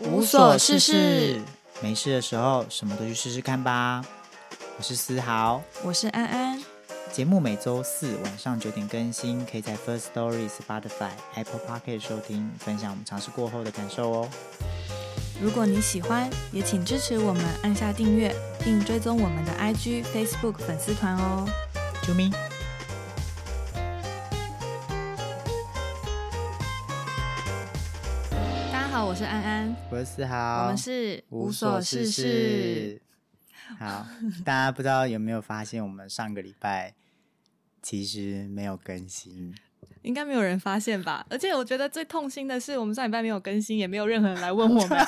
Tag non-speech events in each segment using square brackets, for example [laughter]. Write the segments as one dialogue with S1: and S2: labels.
S1: 无所事事，
S2: 没事的时候什么都去试试看吧。我是思豪，
S1: 我是安安。
S2: 节目每周四晚上九点更新，可以在 First Story、Spotify、Apple p o c k e t 收听，分享我们尝试过后的感受哦。
S1: 如果你喜欢，也请支持我们按下订阅，并追踪我们的 IG、Facebook 粉丝团哦。
S2: 啾咪。
S1: 大家好，我是安安，
S2: 我是思豪，
S1: 我们是
S2: 无所事事。好，大家不知道有没有发现，我们上个礼拜其实没有更新，
S1: 应该没有人发现吧？而且我觉得最痛心的是，我们上礼拜没有更新，也没有任何人来问我 [laughs] 们，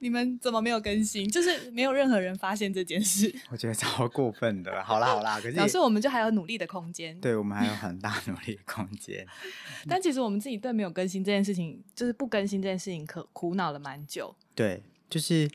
S1: 你们怎么没有更新？就是没有任何人发现这件事，
S2: [laughs] 我觉得超过分的。好啦好啦，可是
S1: 表示我们就还有努力的空间。
S2: 对我们还有很大努力的空间。
S1: 但其实我们自己对没有更新这件事情，就是不更新这件事情，可苦恼了蛮久。
S2: 对，就是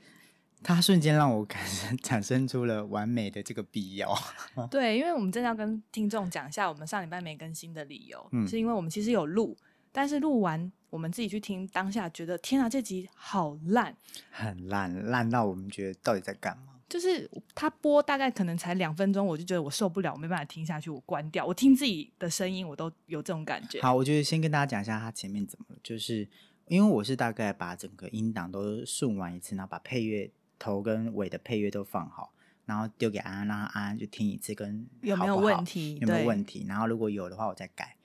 S2: 它瞬间让我产生 [laughs] 产生出了完美的这个必要。 [laughs]
S1: 对，因为我们真的要跟听众讲一下，我们上礼拜没更新的理由，
S2: 嗯
S1: 是因为我们其实有录，但是录完我们自己去听，当下觉得天啊，这集好烂，
S2: 很烂，烂到我们觉得到底在干嘛？
S1: 就是他播大概可能才两分钟，我就觉得我受不了，我没办法听下去，我关掉，我听自己的声音，我都有这种感觉。
S2: 好，我觉得先跟大家讲一下它前面怎么了，就是因为我是大概把整个音档都顺完一次，然后把配乐头跟尾的配乐都放好，然后丢给安安，让安安就听一次跟
S1: 有没有
S2: 好不好
S1: 问题
S2: 有没
S1: 对
S2: 有问题，然后如果有的话我再改。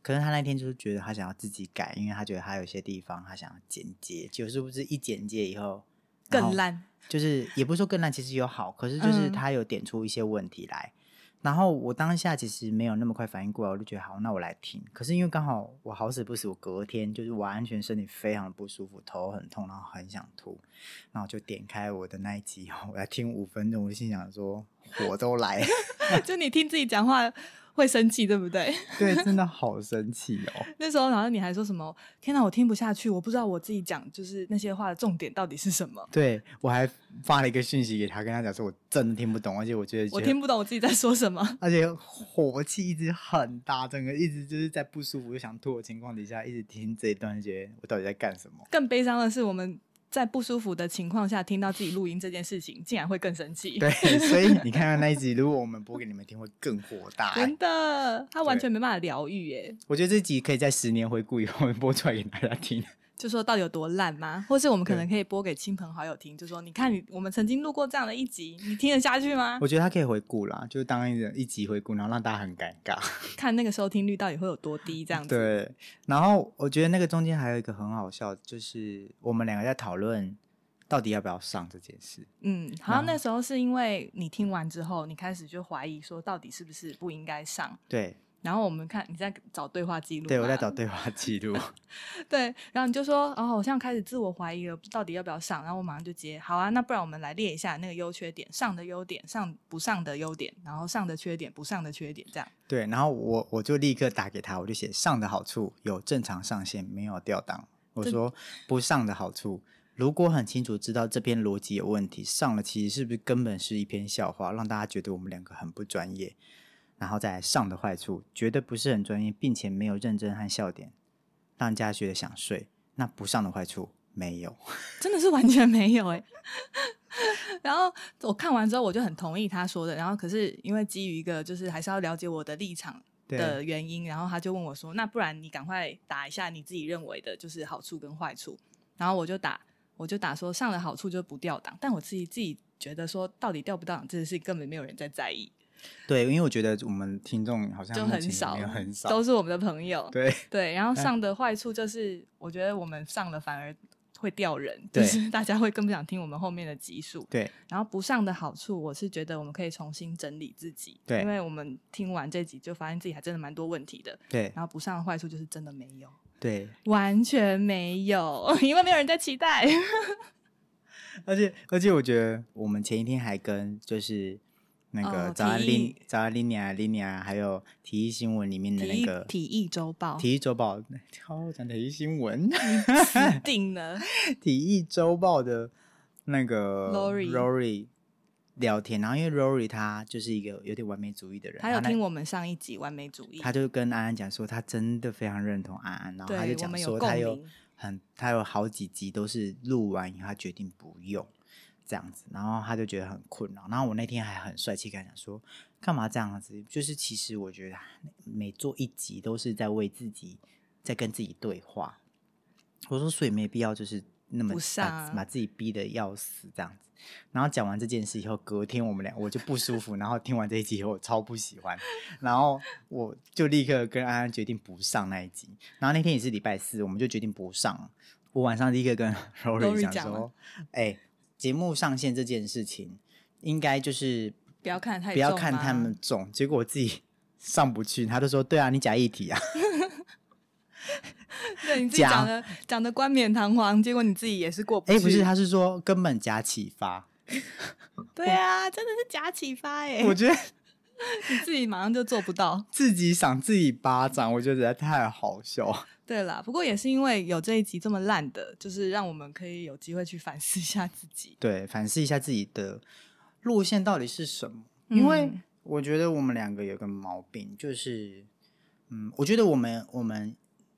S2: 可是他那天就是觉得他想要自己改，因为他觉得他有些地方他想要剪接，就是不是一剪接以后然后
S1: 更烂， [laughs]
S2: 就是也不是说更烂，其实有好，可是就是
S1: 嗯
S2: 他有点出一些问题来。然后我当下其实没有那么快反应过来，我就觉得好，那我来听。可是因为刚好我好死不死，我隔天就是我完全身体非常的不舒服，头很痛，然后很想吐，然后我就点开我的那一集， [laughs] 我来听五分钟，我就心想说火都来了，
S1: 就你听自己讲话会生气，对不对？
S2: [laughs]
S1: [laughs]
S2: 对，真的好生气哦。
S1: 那时候，然后你还说什么？天啊哪，我听不下去，我不知道我自己讲就是那些话的重点到底是什么，
S2: 对我还发了一个讯息给他，跟他讲说我真的听不懂，而且我觉得
S1: 我
S2: 觉得
S1: 听不懂我自己在说什么。
S2: 而且火气一直很大，整个一直就是在不舒服又想吐的情况底下，一直听这一段，就觉得我到底在干什么？
S1: 更悲伤的是，我们在不舒服的情况下听到自己录音这件事情，竟然会更生气。
S2: 对，所以你看看那一集，如果我们播给你们听，会更火
S1: [laughs]
S2: 大、
S1: 真的，他完
S2: 对
S1: 全没办法疗愈耶。
S2: 我觉得这集可以在十年回顾以后播出来给大家听。
S1: 就说到底有多烂吗？或是我们可能可以播给亲朋好友听，就说你看你我们曾经录过这样的一集，你听得下去吗？
S2: 我觉得它可以回顾啦，就当一个一集回顾，然后让大家很尴尬。
S1: 看那个收听率到底会有多低，这样子。
S2: 对，然后我觉得那个中间还有一个很好笑，就是我们两个在讨论到底要不要上这件事。
S1: 嗯，好像
S2: 嗯
S1: 那时候是因为你听完之后，你开始就怀疑说到底是不是不应该上。
S2: 对，
S1: 然后我们看你在找对话记录嘛，
S2: 对我在找对话记录。
S1: 对，然后你就说哦，好像开始自我怀疑了，到底要不要上？然后我马上就接，好啊，那不然我们来列一下那个优缺点，上的优点，上不上的优点，然后上的缺点，不上的缺点，这样。
S2: 对，然后我我就立刻打给他，我就写上的好处有正常上线，没有掉档。我
S1: 这
S2: 说不上的好处，如果很清楚知道这篇逻辑有问题，上了其实是不是根本是一篇笑话，让大家觉得我们两个很不专业。然后再来上的坏处，觉得不是很专业，并且没有认真和笑点，让人家觉得想睡。那不上的坏处没有，
S1: 真的是完全没有哎、 [laughs] 然后我看完之后，我就很同意他说的。然后可是因为基于一个就是还是要了解我的立场的
S2: 对
S1: 原因，然后他就问我说：“那不然你赶快打一下你自己认为的就是好处跟坏处。”然后我就打，我就打说上了好处就不掉档，但我自己自己觉得说到底掉不掉档这件事根本没有人在在意，
S2: 对，因为我觉得我们听众好像
S1: 就
S2: 目
S1: 很
S2: 前也
S1: 少，
S2: 没有很少，
S1: 都是我们的朋友。
S2: 对。
S1: 对，然后上的坏处就是，我觉得我们上了反而会掉人，就
S2: 对
S1: 是大家会更不想听我们后面的集数。
S2: 对，
S1: 然后不上的好处，我是觉得我们可以重新整理自己，
S2: 对
S1: 因为我们听完这集就发现自己还真的蛮多问题的。
S2: 对，
S1: 然后不上的坏处就是真的没有，
S2: 对，
S1: 完全没有， [laughs] 因为没有人在期待。 [laughs]
S2: 而且而且，我觉得我们前一天还跟就是那
S1: 哦
S2: 个早安
S1: 体
S2: 林
S1: 育
S2: 早安林尼啊林尼啊，还有体育新闻里面的
S1: 体
S2: 那
S1: 育
S2: 个
S1: 体育周报
S2: 体育周报，超讲体育新闻， [laughs]
S1: 死定了， [laughs]
S2: 体育周报的那个
S1: Lori
S2: Lori 聊天，然后因为 Rory 他就是一个有点完美主义的人，
S1: 他有
S2: 那
S1: 听我们上一集完美主义，
S2: 他就跟安安讲说，他真的非常认同安安，然后他
S1: 对
S2: 就
S1: 我
S2: 讲
S1: 们
S2: 说，
S1: 共
S2: 他有
S1: 鸣，
S2: 很他有好几集都是录完以后他决定不用这样子，然后他就觉得很困扰。然后我那天还很帅气跟他讲说，干嘛这样子？就是其实我觉得每做一集都是在为自己在跟自己对话。我说，所以没必要就是那么
S1: 不
S2: 把、
S1: 上啊
S2: 把自己逼得要死这样子。然后讲完这件事以后，隔天我们俩我就不舒服，然后听完这一集以后我超不喜欢，然后我就立刻跟安安决定不上那一集。然后那天也是礼拜四，我们就决定不上了。我晚上立刻跟 [laughs] Rory
S1: Rory
S2: 讲
S1: 讲
S2: 说
S1: 了：“
S2: 哎、节目上线这件事情，应该就是
S1: 不要看得太
S2: 不要
S1: 重
S2: 看他
S1: 啊
S2: 们重。”结果我自己 [laughs] 上不去，他就说：“对啊，你假议题啊。”
S1: 对你自己
S2: 讲
S1: 讲的讲的冠冕堂皇，结果你自己也是过不
S2: 哎、
S1: 去。
S2: 不是，他是说根本假启发。
S1: 对啊，真的是假启发哎、
S2: 我觉得
S1: 你自己马上就做不到。
S2: 自己赏自己巴掌，我觉得实在太好笑。
S1: 对啦，不过也是因为有这一集这么烂的，就是让我们可以有机会去反思一下自己。
S2: 对，反思一下自己的路线到底是什么，因为
S1: 嗯
S2: 我觉得我们两个有个毛病，就是，嗯，我觉得我们我们，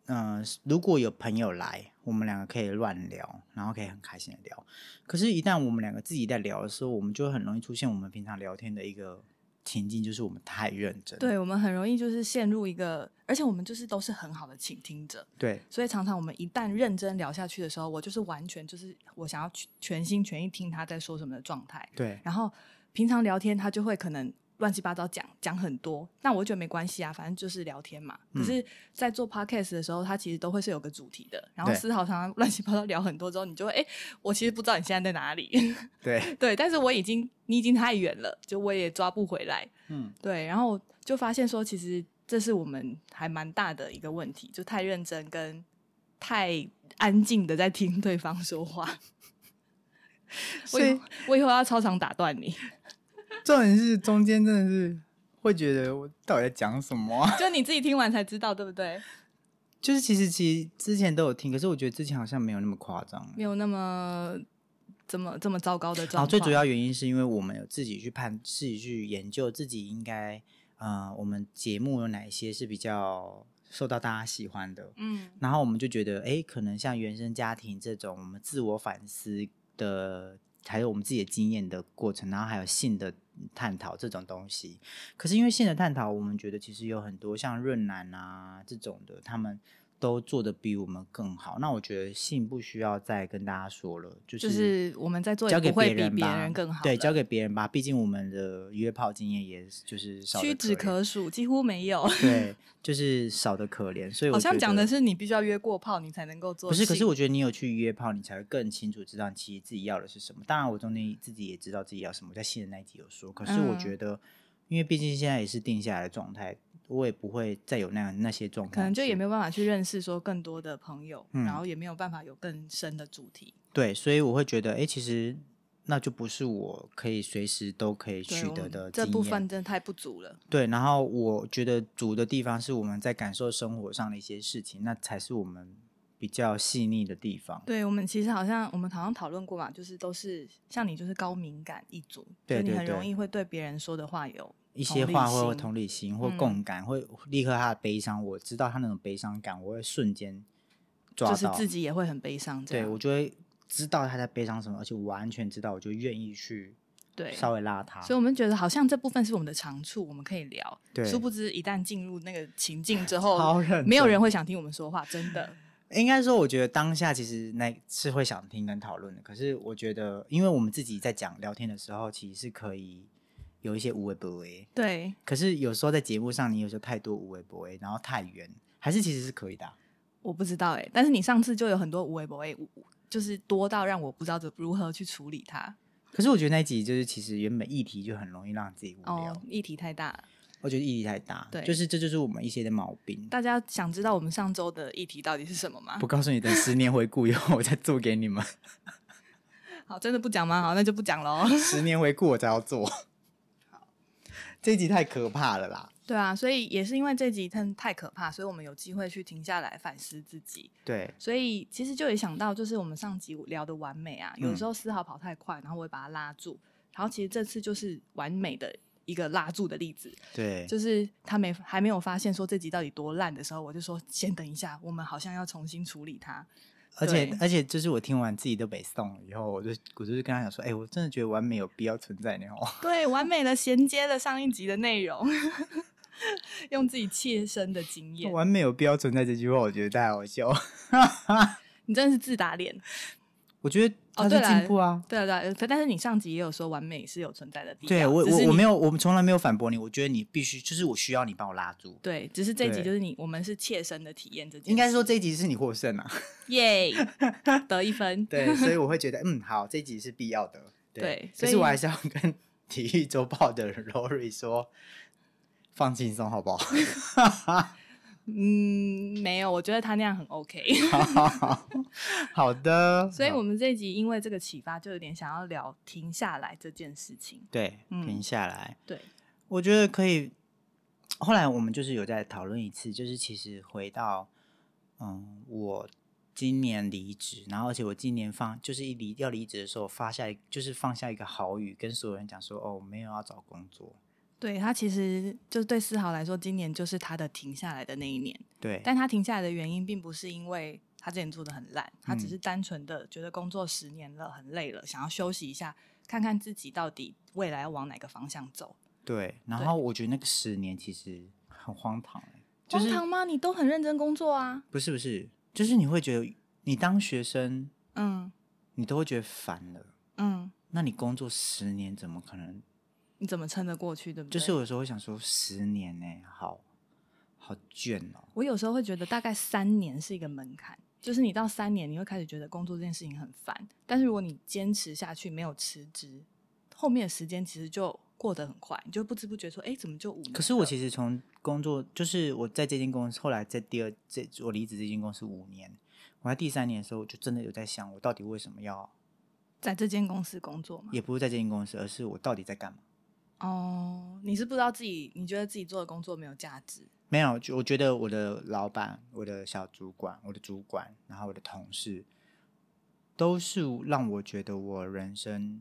S2: 嗯、如果有朋友来，我们两个可以乱聊，然后可以很开心的聊。可是，一旦我们两个自己在聊的时候，我们就会很容易出现我们平常聊天的一个情境，就是我们太认真。
S1: 对我们很容易就是陷入一个，而且我们就是都是很好的倾听者，
S2: 对，
S1: 所以常常我们一旦认真聊下去的时候，我就是完全就是我想要去全心全意听他在说什么的状态。
S2: 对，
S1: 然后平常聊天他就会可能乱七八糟讲讲很多，那我觉得没关系啊，反正就是聊天嘛。
S2: 嗯
S1: 可是，在做 podcast 的时候，他其实都会是有个主题的，然后
S2: 对
S1: 思豪常常乱七八糟聊很多之后，你就会哎、诶我其实不知道你现在在哪里， [laughs]
S2: 对，
S1: 对，但是我已经你已经太远了，就我也抓不回来，
S2: 嗯，
S1: 对，然后就发现说，其实这是我们还蛮大的一个问题，就太认真跟太安静的在听对方说话。我
S2: 所
S1: 以
S2: 以
S1: 后我以后要超常打断你，
S2: 重点是中间真的是会觉得我到底在讲什么啊、 [laughs]
S1: 就你自己听完才知道，对不对？
S2: 就是其实其实之前都有听，可是我觉得之前好像没有那么夸张。
S1: 没有那么这么这么糟糕的
S2: 然
S1: 状况。
S2: 后哦最主要原因是因为我们有自己去判、自己去研究自己应该呃，我们节目有哪一些是比较受到大家喜欢的，
S1: 嗯，
S2: 然后我们就觉得，哎，可能像原生家庭这种，我们自我反思的，还有我们自己的经验的过程，然后还有性的探讨这种东西。可是因为性的探讨，我们觉得其实有很多像润南啊这种的，他们都做的比我们更好。那我觉得性不需要再跟大家说了，就
S1: 就
S2: 是。
S1: 是我们在做也
S2: 交给
S1: 不会比
S2: 人
S1: 别
S2: 吧，
S1: 人更好，
S2: 对，交。给别人吧。毕竟我们的约炮经验也是就是少得
S1: 屈指
S2: 可怜
S1: 可数，几乎没有。
S2: 对，就是少的可怜。所以我
S1: 好
S2: 觉
S1: 像讲
S2: 得
S1: 的是你必须要约过炮，你才能够做
S2: 不
S1: 性。
S2: 是，可是我觉得你有去约炮，你才会更清楚知道其实自己要的是什么。当然，我中间自己也知道自己要什么，我在新的那一集有说。可是我
S1: 嗯
S2: 觉得，因为毕竟现在也是定下来的状态，我也不会再有那样那些状况是，
S1: 可能就也没有办法去认识说更多的朋友，
S2: 嗯
S1: 然后也没有办法有更深的主题。
S2: 对，所以我会觉得，哎，其实那就不是我可以随时都可以
S1: 对
S2: 取
S1: 我
S2: 得
S1: 们
S2: 的
S1: 这
S2: 经
S1: 部
S2: 验
S1: 分真的太不足了。
S2: 对，然后我觉得主的地方是我们在感受生活上的一些事情，那才是我们比较细腻的地方。
S1: 对我们其实好像我们好像讨论过嘛，就是都是像你就是高敏感一族，
S2: 对
S1: 就你
S2: 对
S1: 很容
S2: 对
S1: 易会对别人说的话有
S2: 一
S1: 同
S2: 些
S1: 理
S2: 话会有
S1: 心
S2: 同理心或
S1: 嗯
S2: 共感，会立刻他的悲伤，我知道他那种悲伤感，我会瞬间抓
S1: 就
S2: 到，
S1: 是自己也会很悲伤这
S2: 对
S1: 样。
S2: 我就会知道他在悲伤什么，而且完全知道，我就愿意去
S1: 对
S2: 稍微拉他。
S1: 所以我们觉得好像这部分是我们的长处，我们可以聊。
S2: 对
S1: 殊不知一旦进入那个情境之后
S2: 超，认
S1: 没有
S2: 真
S1: 人会想听我们说话，真
S2: [laughs]
S1: 的。
S2: 应该说，我觉得当下其实那是会想听跟讨论的。可是我觉得，因为我们自己在讲聊天的时候，其实是可以有一些无为不为。
S1: 对，
S2: 可是有时候在节目上，你有时候太多无为不为，然后太远，还是其实是可以的啊、
S1: 我不知道哎、但是你上次就有很多无微不微，就是多到让我不知道怎如何去处理它。
S2: 可是我觉得那一集就是其实原本议题就很容易让自己无聊，
S1: 哦，议题太大了，
S2: 我觉得意义太大，
S1: 对
S2: 就是这就是我们一些的毛病。
S1: 大家想知道我们上周的议题到底是什么吗
S2: 不？告诉你，等十年回顾以后我再做给你们。
S1: 好，真的不讲吗？好，那就不讲喽。
S2: 十年回顾我才要做。这一集太可怕了啦。
S1: 对啊，所以也是因为这集太太可怕，所以我们有机会去停下来反思自己。
S2: 对，
S1: 所以其实就也想到，就是我们上集聊的完美啊，有的时候丝毫跑太快，然后我会把它拉住。然后其实这次就是完美的一个拉住的例子，
S2: 对，
S1: 就是他没还没有发现说这集到底多烂的时候，我就说先等一下，我们好像要重新处理它。
S2: 而且
S1: 对
S2: 而且就是我听完自己都北宋了以后，我就我就是跟他讲说，哎、我真的觉得完美有必要存在那种。
S1: 对，完美的衔接了上一集的内容， [laughs] 用自己切身的经验，
S2: 哦 [laughs] 完美有必要存在这句话，我觉得太好笑。
S1: 你真的是自打脸。
S2: 我觉得
S1: 哦
S2: 他是
S1: 对啦
S2: 进步啊。
S1: 对啊对啊，可但是你上集也有说完美是有存在的必要，
S2: 对我
S1: 只是
S2: 我我
S1: 你
S2: 没有，我们从来没有反驳你。我觉得你必须，就是我需要你帮我拉住。
S1: 对，只是这一集
S2: 对
S1: 就是你我们是切身的体验这件事，
S2: 应该是说这一集是你获胜啊。
S1: [laughs] 耶得一分，
S2: 对，所以我会觉得，嗯，好，这一集是必要的。
S1: 对
S2: 可
S1: 所
S2: 是
S1: 以
S2: 我还是要跟 [laughs] 体育周报的 Rory 说，放轻松好不好？ [laughs]
S1: 嗯，没有，我觉得他那样很 [laughs] OK。
S2: 好的。
S1: 所以，
S2: 好
S1: 我们这一集因为这个启发，就有点想要聊停下来这件事情。
S2: 对
S1: 嗯
S2: 停下来，
S1: 对，
S2: 我觉得可以。后来我们就是有在讨论一次，就是其实回到，嗯，我今年离职，然后而且我今年放就是一离要离职的时候，发下一就是放下一个好语，跟所有人讲说，哦，我没有要找工作。
S1: 对他其实就对思豪来说，今年就是他的停下来的那一年。
S2: 对，
S1: 但他停下来的原因，并不是因为他之前做的很烂，他只
S2: 嗯
S1: 是单纯的觉得工作十年了，很累了，想要休息一下，看看自己到底未来要往哪个方向走。
S2: 对，然
S1: 对
S2: 后我觉得那个十年其实很荒唐、欸，就
S1: 荒
S2: 是
S1: 唐吗？你都很认真工作啊。
S2: 不是不是，就是你会觉得你当学生，
S1: 嗯
S2: 你都会觉得烦了，
S1: 嗯，
S2: 那你工作十年怎么可能？
S1: 你怎么撑得过去？对不对？
S2: 就是有时候会想说，十年呢、好好倦哦。
S1: 我有时候会觉得大概三年是一个门槛，就是你到三年你会开始觉得工作这件事情很烦，但是如果你坚持下去，没有辞职，后面的时间其实就过得很快，你就不知不觉说，哎、怎么就五年了？
S2: 可是我其实从工作，就是我在这间公司，后来在第二这我离职这间公司五年，我在第三年的时候，我就真的有在想，我到底为什么要，
S1: 在这间公司工作嘛，
S2: 也不是在这间公司，而是我到底在干嘛？
S1: 哦，你是不知道自己，你觉得自己做的工作没有价值，
S2: 没有，就我觉得我的老板、我的小主管、我的主管，然后我的同事，都是让我觉得我人生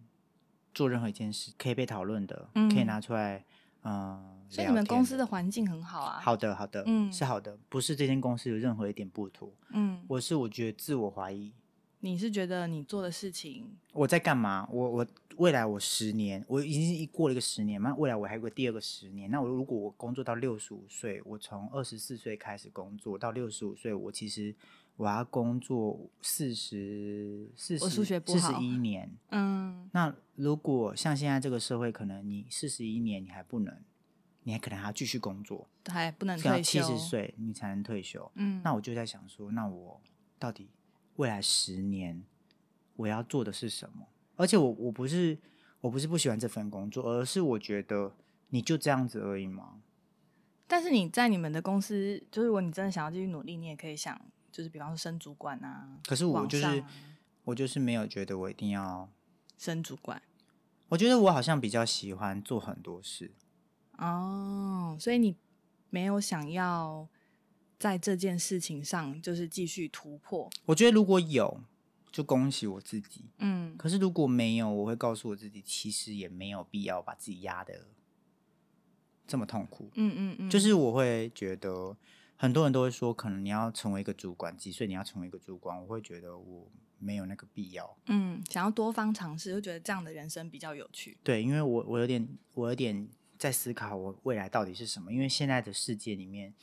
S2: 做任何一件事可以被讨论的，可以
S1: 嗯
S2: 拿出来，嗯、
S1: 所以
S2: 聊
S1: 你们
S2: 天
S1: 公司的环境很好啊。，
S2: 好的，好的，
S1: 嗯
S2: 是好的，不是这间公司有任何一点不妥，
S1: 嗯，
S2: 我是我觉得自我怀疑，
S1: 你是觉得你做的事情，
S2: 我在干嘛？我我未来我十年，我已经过了一个十年嘛，那未来我还有个第二个十年。那我如果我工作到六十五岁，我从二十四岁开始工作到六十五岁，我其实我要工作四十四
S1: 我数学
S2: 十
S1: 不
S2: 四十
S1: 好
S2: 一年。
S1: 嗯，
S2: 那如果像现在这个社会，可能你四十一年你还不能，你还可能还要继续工作，
S1: 还不能
S2: 可能
S1: 退
S2: 要啊七
S1: 休，
S2: 十，岁你才能退休。
S1: 嗯，
S2: 那我就在想说，那我到底未来十年我要做的是什么？而且我我不是我不是不喜欢这份工作，而是我觉得你就这样子而已嘛。
S1: 但是你在你们的公司，就是如果你真的想要继续努力，你也可以想，就是比方说升主管啊，
S2: 可是我
S1: 往
S2: 就是、
S1: 上啊
S2: 我就是没有觉得我一定要，
S1: 升主管
S2: 我觉得我好像比较喜欢做很多事。
S1: 哦，所以你没有想要在这件事情上就是继续突破，
S2: 我觉得如果有，就恭喜我自己。
S1: 嗯，
S2: 可是如果没有，我会告诉我自己，其实也没有必要把自己压得这么痛苦。
S1: 嗯嗯嗯，
S2: 就是我会觉得很多人都会说，可能你要成为一个主管，几岁你要成为一个主管，我会觉得我没有那个必要。
S1: 嗯，想要多方尝试，就觉得这样的人生比较有趣，
S2: 对，因为我我有点我有点在思考我未来到底是什么，因为现在的世界里面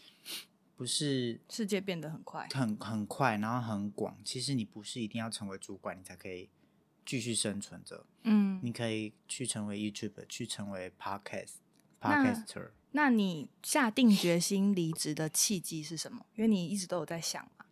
S2: 不是
S1: 世界变得很快，
S2: 很很快，然后很广。其实你不是一定要成为主管，你才可以继续生存着。
S1: 嗯，
S2: 你可以去成为 YouTuber，去成为 Podcast
S1: 那
S2: Podcaster。
S1: 那你下定决心离职的契机是什么？因为你一直都有在想嘛，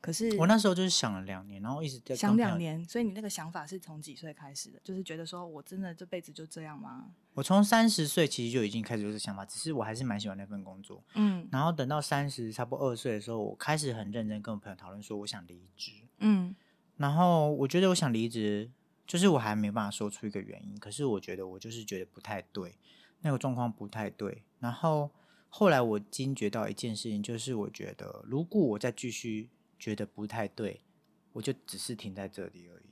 S1: 可是
S2: 我那时候就是想了两年，然后一直在
S1: 想
S2: 跟朋友
S1: 两年，所以你那个想法是从几岁开始的？就是觉得说我真的这辈子就这样吗？
S2: 我从三十岁其实就已经开始有这个想法，只是我还是蛮喜欢那份工作。
S1: 嗯
S2: 然后等到三十差不多二岁的时候，我开始很认真跟我朋友讨论说我想离职。
S1: 嗯
S2: 然后我觉得我想离职，就是我还没办法说出一个原因，可是我觉得我就是觉得不太对，那个状况不太对。然后后来我惊觉到一件事情，就是我觉得如果我再继续觉得不太对，我就只是停在这里而已。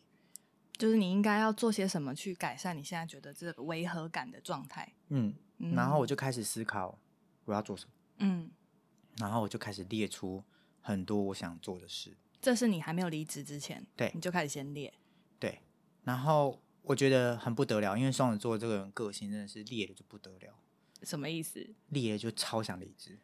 S1: 就是你应该要做些什么去改善你现在觉得这个违和感的状态。
S2: 嗯，
S1: 嗯
S2: 然后我就开始思考我要做什么，
S1: 嗯，
S2: 然后我就开始列出很多我想做的事。
S1: 这是你还没有离职之前，
S2: 对
S1: 你就开始先列。
S2: 对，然后我觉得很不得了，因为双子座这个人个性真的是烈的就不得了，
S1: 什么意思？
S2: 烈的就超想离职，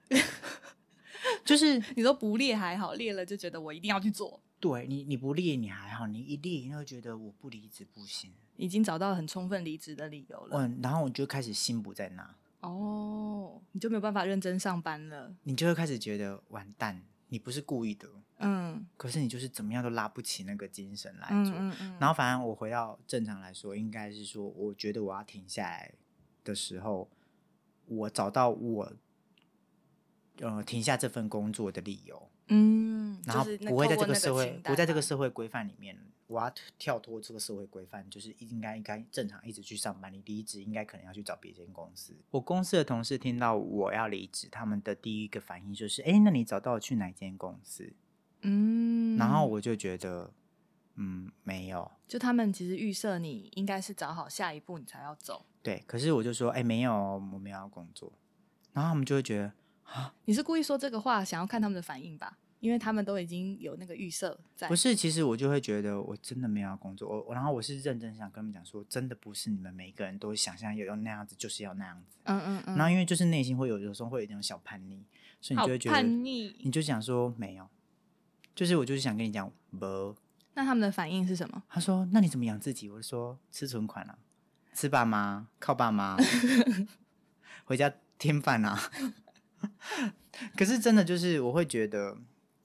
S2: 就是
S1: [laughs] 你说不列还好，列了就觉得我一定要去做，
S2: 对你你不烈你还好，你一烈你就觉得我不离职不行，
S1: 已经找到很充分离职的理由了。
S2: 嗯，然后我就开始心不在那，
S1: 哦，你就没有办法认真上班了。
S2: 你就会开始觉得完蛋，你不是故意的，
S1: 嗯，
S2: 可是你就是怎么样都拉不起那个精神来
S1: 嗯
S2: 做。
S1: 嗯嗯。
S2: 然
S1: 后，
S2: 后反正我回到正常来说，应该是说，我觉得我要停下来的时候，我找到我呃停下这份工作的理由，
S1: 嗯，
S2: 然后
S1: 就是那
S2: 不会在
S1: 透
S2: 这
S1: 过那
S2: 个
S1: 个
S2: 社会
S1: 清单啊
S2: 不在这
S1: 嘛
S2: 个社会规范里面，我要跳脱这个社会规范，就是应该应该正常一直去上班。你离职应该可能要去找别间公司。我公司的同事听到我要离职，他们的第一个反应就是：哎，那你找到去哪间公司？
S1: 嗯，
S2: 然后我就觉得，嗯，没有。
S1: 就他们其实预设你应该是找好下一步你才要走。
S2: 对，可是我就说，哎、没有哦，我没有要工作。然后他们就会觉得，
S1: 你是故意说这个话，想要看他们的反应吧？因为他们都已经有那个预设在。
S2: 不，是，其实我就会觉得我真的没有要工作。我我然后我是认真想跟他们讲说，真的不是你们每一个人都想象要要那样子，就是要那样子。
S1: 嗯嗯嗯。
S2: 然后因为就是内心会有有时候会有一种小叛逆，所以你
S1: 好
S2: 就会觉得，
S1: 叛
S2: 你
S1: 逆。
S2: 就想说没有，就是我就是想跟你讲不。
S1: 那他们的反应是什么？
S2: 他说那你怎么养自己？我就说吃存款啊，吃爸妈，靠爸妈，回家添饭啊。 [laughs] 可是真的就是我会觉得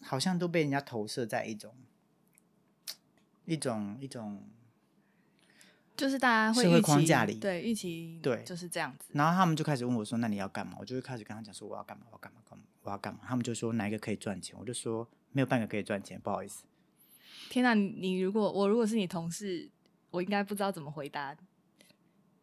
S2: 好像都被人家投射在一种一种一种，
S1: 就是大家会
S2: 社会
S1: 预期
S2: 框架里
S1: 对预期
S2: 对
S1: 就是这样子。
S2: 然后他们就开始问我说那你要干嘛？我就会开始跟他讲说我要干嘛，我要干嘛，干嘛，我要干嘛。他们就说哪一个可以赚钱？我就说没有半个可以赚钱，不好意思。
S1: 天哪、你你如果我如果是你同事，我应该不知道怎么回答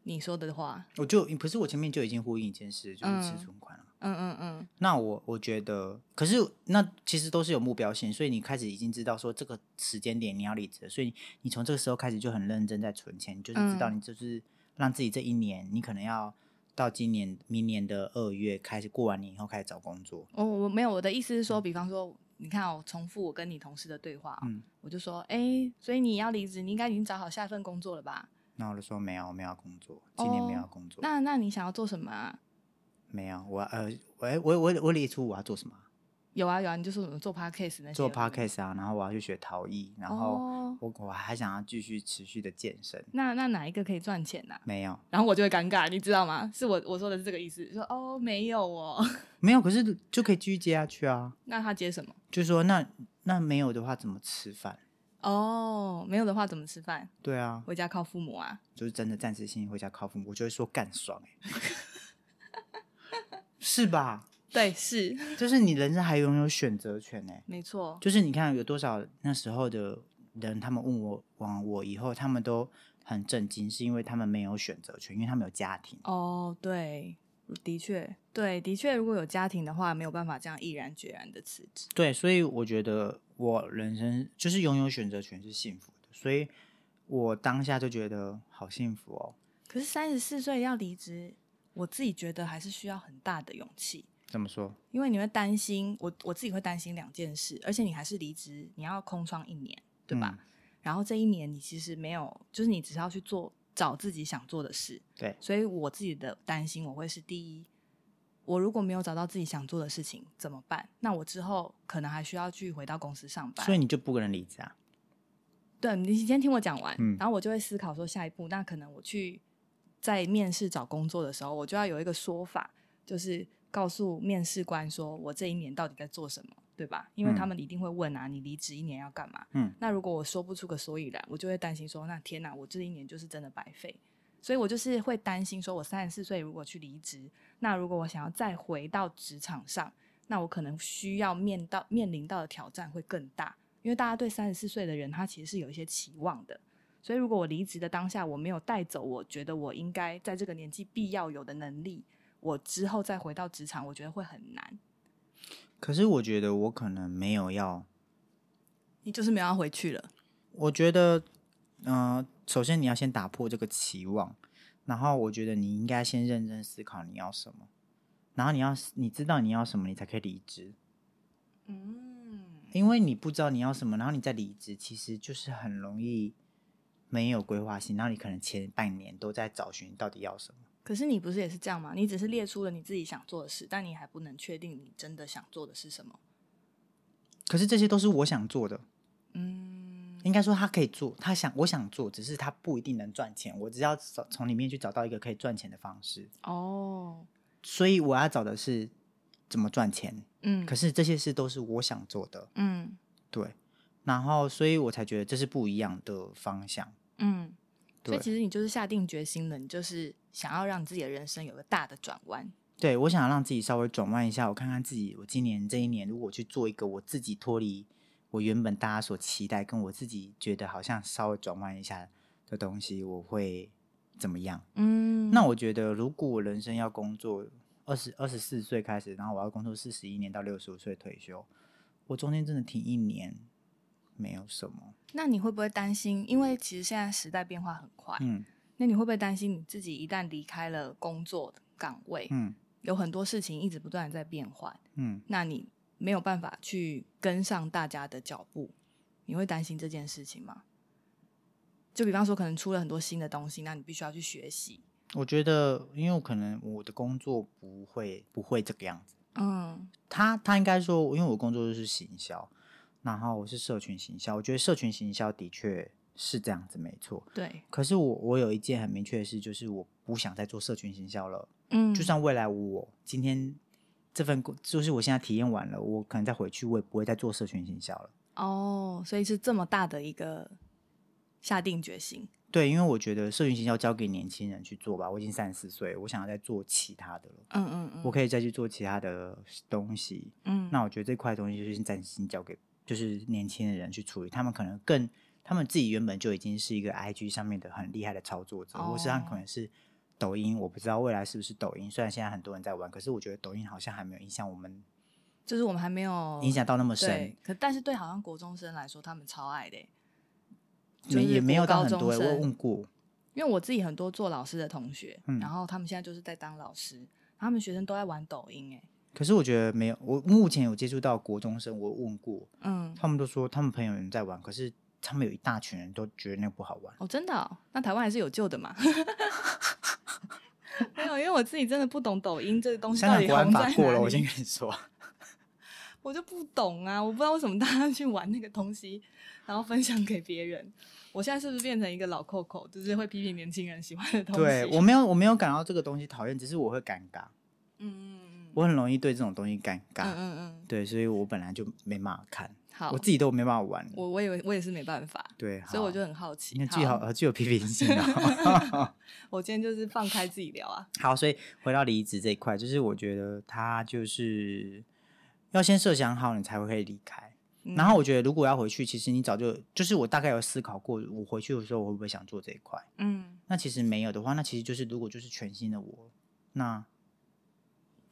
S1: 你说的话。
S2: 我就不是我前面就已经呼应一件事，就是吃
S1: 嗯
S2: 存款啊。
S1: 嗯嗯嗯，
S2: 那我我觉得，可是那其实都是有目标性，所以你开始已经知道说这个时间点你要离职了，所以你从这个时候开始就很认真在存钱，你就是知道
S1: 嗯
S2: 你就是让自己这一年，你可能要到今年明年的二月开始过完年以后开始找工作，
S1: 我哦我没有我的意思是说，比方说，你看我、重复我跟你同事的对话、哦，
S2: 嗯
S1: 我就说，哎、所以你要离职，你应该已经找好下一份工作了吧？
S2: 那我就说没有，我没有要工作，今年没有
S1: 哦
S2: 要工作，
S1: 那那你想要做什么啊？
S2: 没有，我呃，我我我我列出我要做什么啊，
S1: 有啊有啊，你就说什么做 podcast 那些
S2: 做
S1: 有的没的
S2: podcast 啊，然后我要去学陶艺，然后
S1: 哦，
S2: 我我还想要继续持续的健身，
S1: 那那哪一个可以赚钱呢、
S2: 没有。
S1: 然后我就会尴尬，你知道吗？是我我说的是这个意思，说哦没有哦， [laughs]
S2: 没有，可是就可以继续接下去啊。
S1: 那他接什么？
S2: 就说那那没有的话怎么吃饭？
S1: 哦，没有的话怎么吃饭？
S2: 对啊，
S1: 回家靠父母啊。
S2: 就是真的暂时性回家靠父母，我就会说干爽哎、是吧？
S1: 对，是
S2: 就是你人生还拥有选择权哎、
S1: 没错。
S2: 就是你看有多少那时候的人，他们问我往我以后，他们都很震惊，是因为他们没有选择权，因为他们有家庭。
S1: 哦，对，的确，对，的确，如果有家庭的话，没有办法这样毅然决然的辞职。
S2: 对，所以我觉得我人生就是拥有选择权是幸福的，所以我当下就觉得好幸福哦。
S1: 可是三十四岁要离职，我自己觉得还是需要很大的勇气，
S2: 怎么说？
S1: 因为你会担心，我我自己会担心两件事，而且你还是离职，你要空窗一年，对吧？
S2: 嗯
S1: 然后这一年你其实没有，就是你只是要去做找自己想做的事。
S2: 对
S1: 所以我自己的担心，我会是第一，我如果没有找到自己想做的事情怎么办？那我之后可能还需要去回到公司上班。
S2: 所以你就不可能离职啊？
S1: 对你先听我讲完，
S2: 嗯
S1: 然后我就会思考说下一步，那可能我去在面试找工作的时候，我就要有一个说法，就是告诉面试官说我这一年到底在做什么，对吧？因为
S2: 嗯
S1: 他们一定会问啊，你离职一年要干嘛？
S2: 嗯，
S1: 那如果我说不出个所以然，我就会担心说，那天哪，我这一年就是真的白费。所以我就是会担心说，我三十四岁如果去离职，那如果我想要再回到职场上，那我可能需要面到面临到的挑战会更大，因为大家对三十四岁的人，他其实是有一些期望的。所以如果我离职的当下，我没有带走我觉得我应该在这个年纪必要有的能力，我之后再回到职场，我觉得会很难。
S2: 可是我觉得我可能没有要，
S1: 你就是没有要回去了，
S2: 我觉得，嗯、首先你要先打破这个期望，然后我觉得你应该先认真思考你要什么，然后你要你知道你要什么，你才可以离职，
S1: 嗯，
S2: 因为你不知道你要什么，然后你再离职，其实就是很容易没有规划性，然后你可能前半年都在找寻到底要什么。
S1: 可是你不是也是这样吗？你只是列出了你自己想做的事，但你还不能确定你真的想做的是什么。
S2: 可是这些都是我想做的，
S1: 嗯，
S2: 应该说他可以做，他想我想做，只是他不一定能赚钱。我只要找从里面去找到一个可以赚钱的方式，
S1: 哦，
S2: 所以我要找的是怎么赚钱。
S1: 嗯，
S2: 可
S1: 是，
S2: 是这些事都是我想做的，
S1: 嗯
S2: 对。然后，所以我才觉得这是不一样的方向。
S1: 嗯，所
S2: 对
S1: 以其实你就是下定决心了，你就是想要让自己的人生有个大的转弯。
S2: 对我想让自己稍微转换一下，我看看自己，我今年这一年如果去做一个我自己脱离我原本大家所期待，跟我自己觉得好像稍微转换一下的东西，我会怎么样？
S1: 嗯
S2: 那我觉得，如果我人生要工作二十二十四岁开始，然后我要工作四十一年到六十五岁退休，我中间真的停一年，没有什么。
S1: 那你会不会担心？因为其实现在时代变化很快，
S2: 嗯
S1: 那你会不会担心你自己一旦离开了工作岗位，
S2: 嗯
S1: 有很多事情一直不断的在变换，
S2: 嗯，
S1: 那你没有办法去跟上大家的脚步，你会担心这件事情吗？就比方说，可能出了很多新的东西，那你必须要去学习。
S2: 我觉得，因为我可能我的工作不会不会这个样子。
S1: 嗯
S2: 他他应该说，因为我工作就是行销，然后我是社群行销，我觉得社群行销的确是这样子，没错。，
S1: 对，
S2: 可是我我有一件很明确的事，就是我不想再做社群行销了。
S1: 嗯
S2: 就算未来我今天这份工，就是我现在体验完了，我可能再回去，我也不会再做社群行销了。
S1: 哦，所以是这么大的一个下定决心。
S2: 对，因为我觉得社群行销交给年轻人去做吧，我已经三十岁，我想要再做其他的了，
S1: 嗯嗯嗯，
S2: 我可以再去做其他的东西。
S1: 嗯，
S2: 那我觉得这块东西就是暂时交给就是年轻的人去处理，他们可能更他们自己原本就已经是一个 IG 上面的很厉害的操作者，或是他们可
S1: 哦
S2: 能是抖音，我不知道未来是不是抖音，虽然现在很多人在玩，可是我觉得抖音好像还没有影响我们
S1: 就是我们还没有
S2: 影响到那么深
S1: 对，，可但是对好像国中生来说，他们超爱的欸、就
S2: 没
S1: 是
S2: 也没有
S1: 国
S2: 到
S1: 高
S2: 很
S1: 中
S2: 多欸，我有
S1: 生
S2: 问过，
S1: 因为我自己很多做老师的同学，
S2: 嗯
S1: 然后他们现在就是在当老师，他们学生都在玩抖音、欸，
S2: 可是我觉得没有，我目前有接触到国中生，我问过，
S1: 嗯，
S2: 他们都说他们朋友有人在玩，可是他们有一大群人都觉得那个不好玩。
S1: 哦，真的哦、那台湾还是有救的嘛。 [laughs] 没有，因为我自己真的不懂抖音这个东西到
S2: 香港
S1: 底
S2: 国安
S1: 红在
S2: 法过了，
S1: 哪
S2: 我先
S1: 里，
S2: 跟你说，
S1: 我就不懂啊，我不知道为什么大家去玩那个东西，然后分享给别人。我现在是不是变成一个老扣扣，就是会批评年轻人喜欢 [laughs] 的东西？嗯
S2: 对我没有我没有感到这个东西讨厌，只是我会尴尬，
S1: 嗯，嗯嗯
S2: 我很容易对这种东西尴
S1: 嗯
S2: 尬，
S1: 嗯嗯，
S2: 对，所以我本来就没办法看，
S1: 好，
S2: 我自己都没办法玩，
S1: 我我以为我也是没办法，
S2: 对，
S1: 所以我
S2: 好
S1: 就很好奇。
S2: 你看具有
S1: 好
S2: 呃具有批评性
S1: [laughs]
S2: 哦。
S1: 我今天就是放开自己聊啊。
S2: 好，所以回到离职这一块，就是我觉得他就是要先设想好，你才会可以离开。
S1: 嗯
S2: 然后我觉得，如果要回去，其实你早就就是我大概有思考过，我回去的时候我会不会想做这一块？
S1: 嗯，
S2: 那其实没有的话，那其实就是如果就是全新的我，那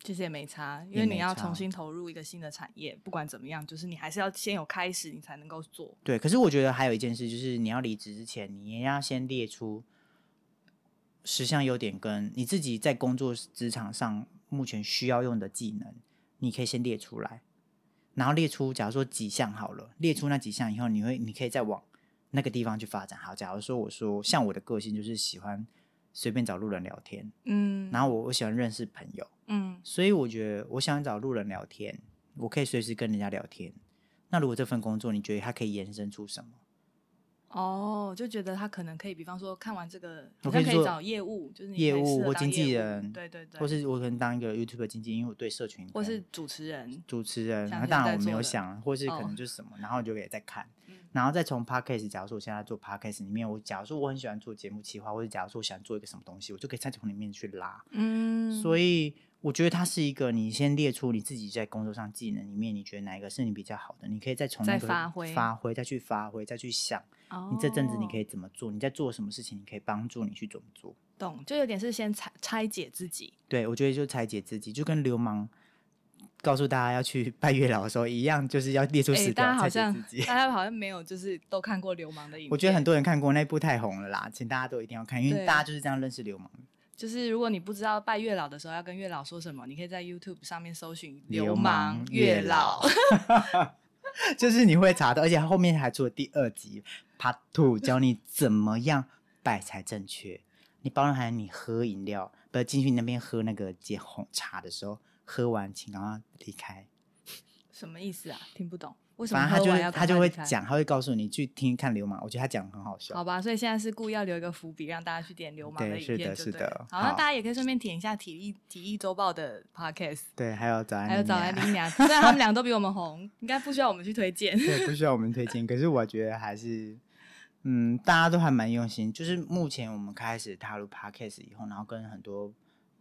S1: 其实也没差，因
S2: 也
S1: 为
S2: 没
S1: 你要
S2: 差
S1: 重新投入一个新的产业，不管怎么样，就是你还是要先有开始，你才能够做。
S2: 对。可是我觉得还有一件事，就是你要离职之前，你也要先列出十项优点，跟你自己在工作职场上目前需要用的技能，你可以先列出来，然后列出假如说几项好了，列出那几项以后，你会你可以再往那个地方去发展。好，假如说我说像我的个性就是喜欢随便找路人聊天，
S1: 嗯
S2: 然后我我喜欢认识朋友。
S1: 嗯
S2: 所以我觉得我想找路人聊天，我可以随时跟人家聊天。那如果这份工作，你觉得它可以延伸出什么？
S1: 哦，就觉得他可能可以，比方说看完这个，好
S2: 我可
S1: 像
S2: 以
S1: 可以
S2: 做
S1: 找业务，就是你
S2: 业
S1: 可以
S2: 务
S1: 适合
S2: 或
S1: 当
S2: 经纪
S1: 业务
S2: 人
S1: 对对对，
S2: 或是我可能当一个 YouTube 经纪，因为我对社群
S1: 或是
S2: 跟
S1: 主持人，
S2: 主持人，
S1: 像
S2: 那
S1: 现
S2: 当
S1: 在
S2: 然我没
S1: 做
S2: 有
S1: 的
S2: 想，啊或是可
S1: 哦
S2: 能就是什么，然后我就也在看，
S1: 嗯
S2: 然后再从 Podcast，假如说我现在做 Podcast 里面，我假如说我很喜欢做节目企划，或者假如说我想做一个什么东西，我就可以再从里面去拉。
S1: 嗯，
S2: 所
S1: 以
S2: 以我觉得它是一个，你先列出你自己在工作上技能里面，你觉得哪一个是你比较好的，你可以再从那
S1: 再
S2: 个
S1: 发挥
S2: 发挥，再去发挥，再去想，你这阵子
S1: 哦
S2: 你可以怎么做，你在做什么事情，你可以帮助你去怎么做。
S1: 懂，就有点是先拆拆解自己，
S2: 对，我觉得就拆解自己，就跟流氓告诉大家要去拜月老的时候，一样就是要列出
S1: 哎、
S2: 十
S1: 大家
S2: 条
S1: 好
S2: 菜
S1: 像
S2: 给自己。
S1: 大家好像没有就是都看过流氓的影片，
S2: 我觉得很多人看过那部太红了啦，请大家都一定要看，因为
S1: 对
S2: 大家就是这样认识流氓。
S1: 就是如果你不知道拜月老的时候要跟月老说什么，你可以在 YouTube 上面搜寻“
S2: 流
S1: 流
S2: 氓
S1: 氓
S2: 月
S1: 月
S2: 老
S1: 老
S2: [laughs] 就是你会查到，而且后面还出了第二集 Part Two，教你怎么样摆才正确。你包含你喝饮料，不是进去那边喝那个解红茶的时候，喝完请赶快离开。”，
S1: 什么意思啊？听不懂，为什么
S2: 反正他
S1: 喝
S2: 就
S1: 完
S2: 会
S1: 要
S2: 他
S1: 赶
S2: 就
S1: 快
S2: 会
S1: 离开？
S2: 讲，他会告诉你去听看流氓。我觉得他讲的很好笑。
S1: 好吧，所以现在是故意要留一个伏笔，让大家去点流氓
S2: 对
S1: 的
S2: 是
S1: 影片
S2: 的
S1: 就是对了
S2: 的
S1: 好，
S2: 好
S1: 那大家也可以顺便点一下体力体力周报的 podcast，
S2: 对，还有早安，啊
S1: 还有早安林娘，虽然他们俩都比我们红， [laughs] 应该不需要我们去推
S2: [laughs]
S1: 荐。
S2: 对，不需要我们推荐。可是我觉得还是，嗯，大家都还蛮用心。就是目前我们开始踏入 podcast 以后，然后跟很多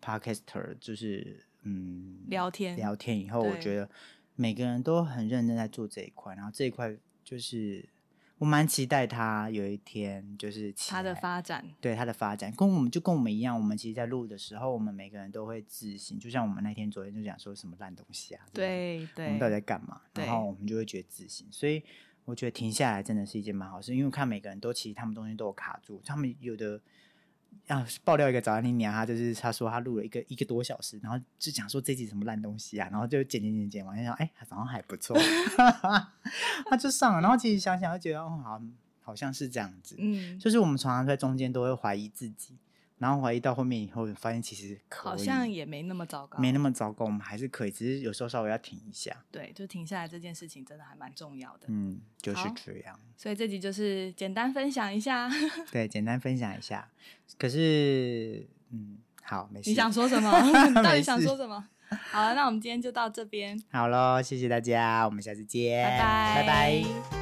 S2: podcaster 就是嗯
S1: 聊天
S2: 聊天以后，我
S1: 对
S2: 觉得每个人都很认真在做这一块，然后这一块就是我蛮期待他有一天就是起
S1: 它的
S2: 来
S1: 发展，
S2: 对它的发展，跟我们就跟我们一样，我们其实，在录的时候，我们每个人都会自省。就像我们那天昨天就讲说什么烂东西啊，这种
S1: 对
S2: 我们到底
S1: 对
S2: 在干嘛？
S1: 对
S2: 然后我们就会觉得自信，所以我觉得停下来真的是一件蛮好事，因为我看每个人都其实他们东西都有卡住，他们有的啊爆料一个早安林娘，他就是他说他录了一个一个多小时，然后就讲说这集什么烂东西啊，然后就剪剪剪剪完，就想哎好像还不
S1: [laughs]
S2: 错，他就上了，然后其实想想就觉得哦好好像是这样子，
S1: 嗯，
S2: 就是我们常常在中间都会怀疑自己，然后怀疑到后面以后发现其实可以
S1: 好像也没那么糟糕，
S2: 没那么糟糕，我们还是可以，只是有时候稍微要停一下。
S1: 对，就停下来这件事情真的还蛮重要的。
S2: 嗯，就是
S1: 好
S2: 这样。
S1: 所以这集就是简单分享一
S2: [laughs]
S1: 下，
S2: 对，简单分享一下。可是，嗯，好，没事。
S1: 你想说什么？
S2: [laughs]
S1: 你到底想说什么？好了，那我们今天就到这边，
S2: 好喽，谢谢大家，我们下次见，
S1: 拜拜，
S2: 拜拜。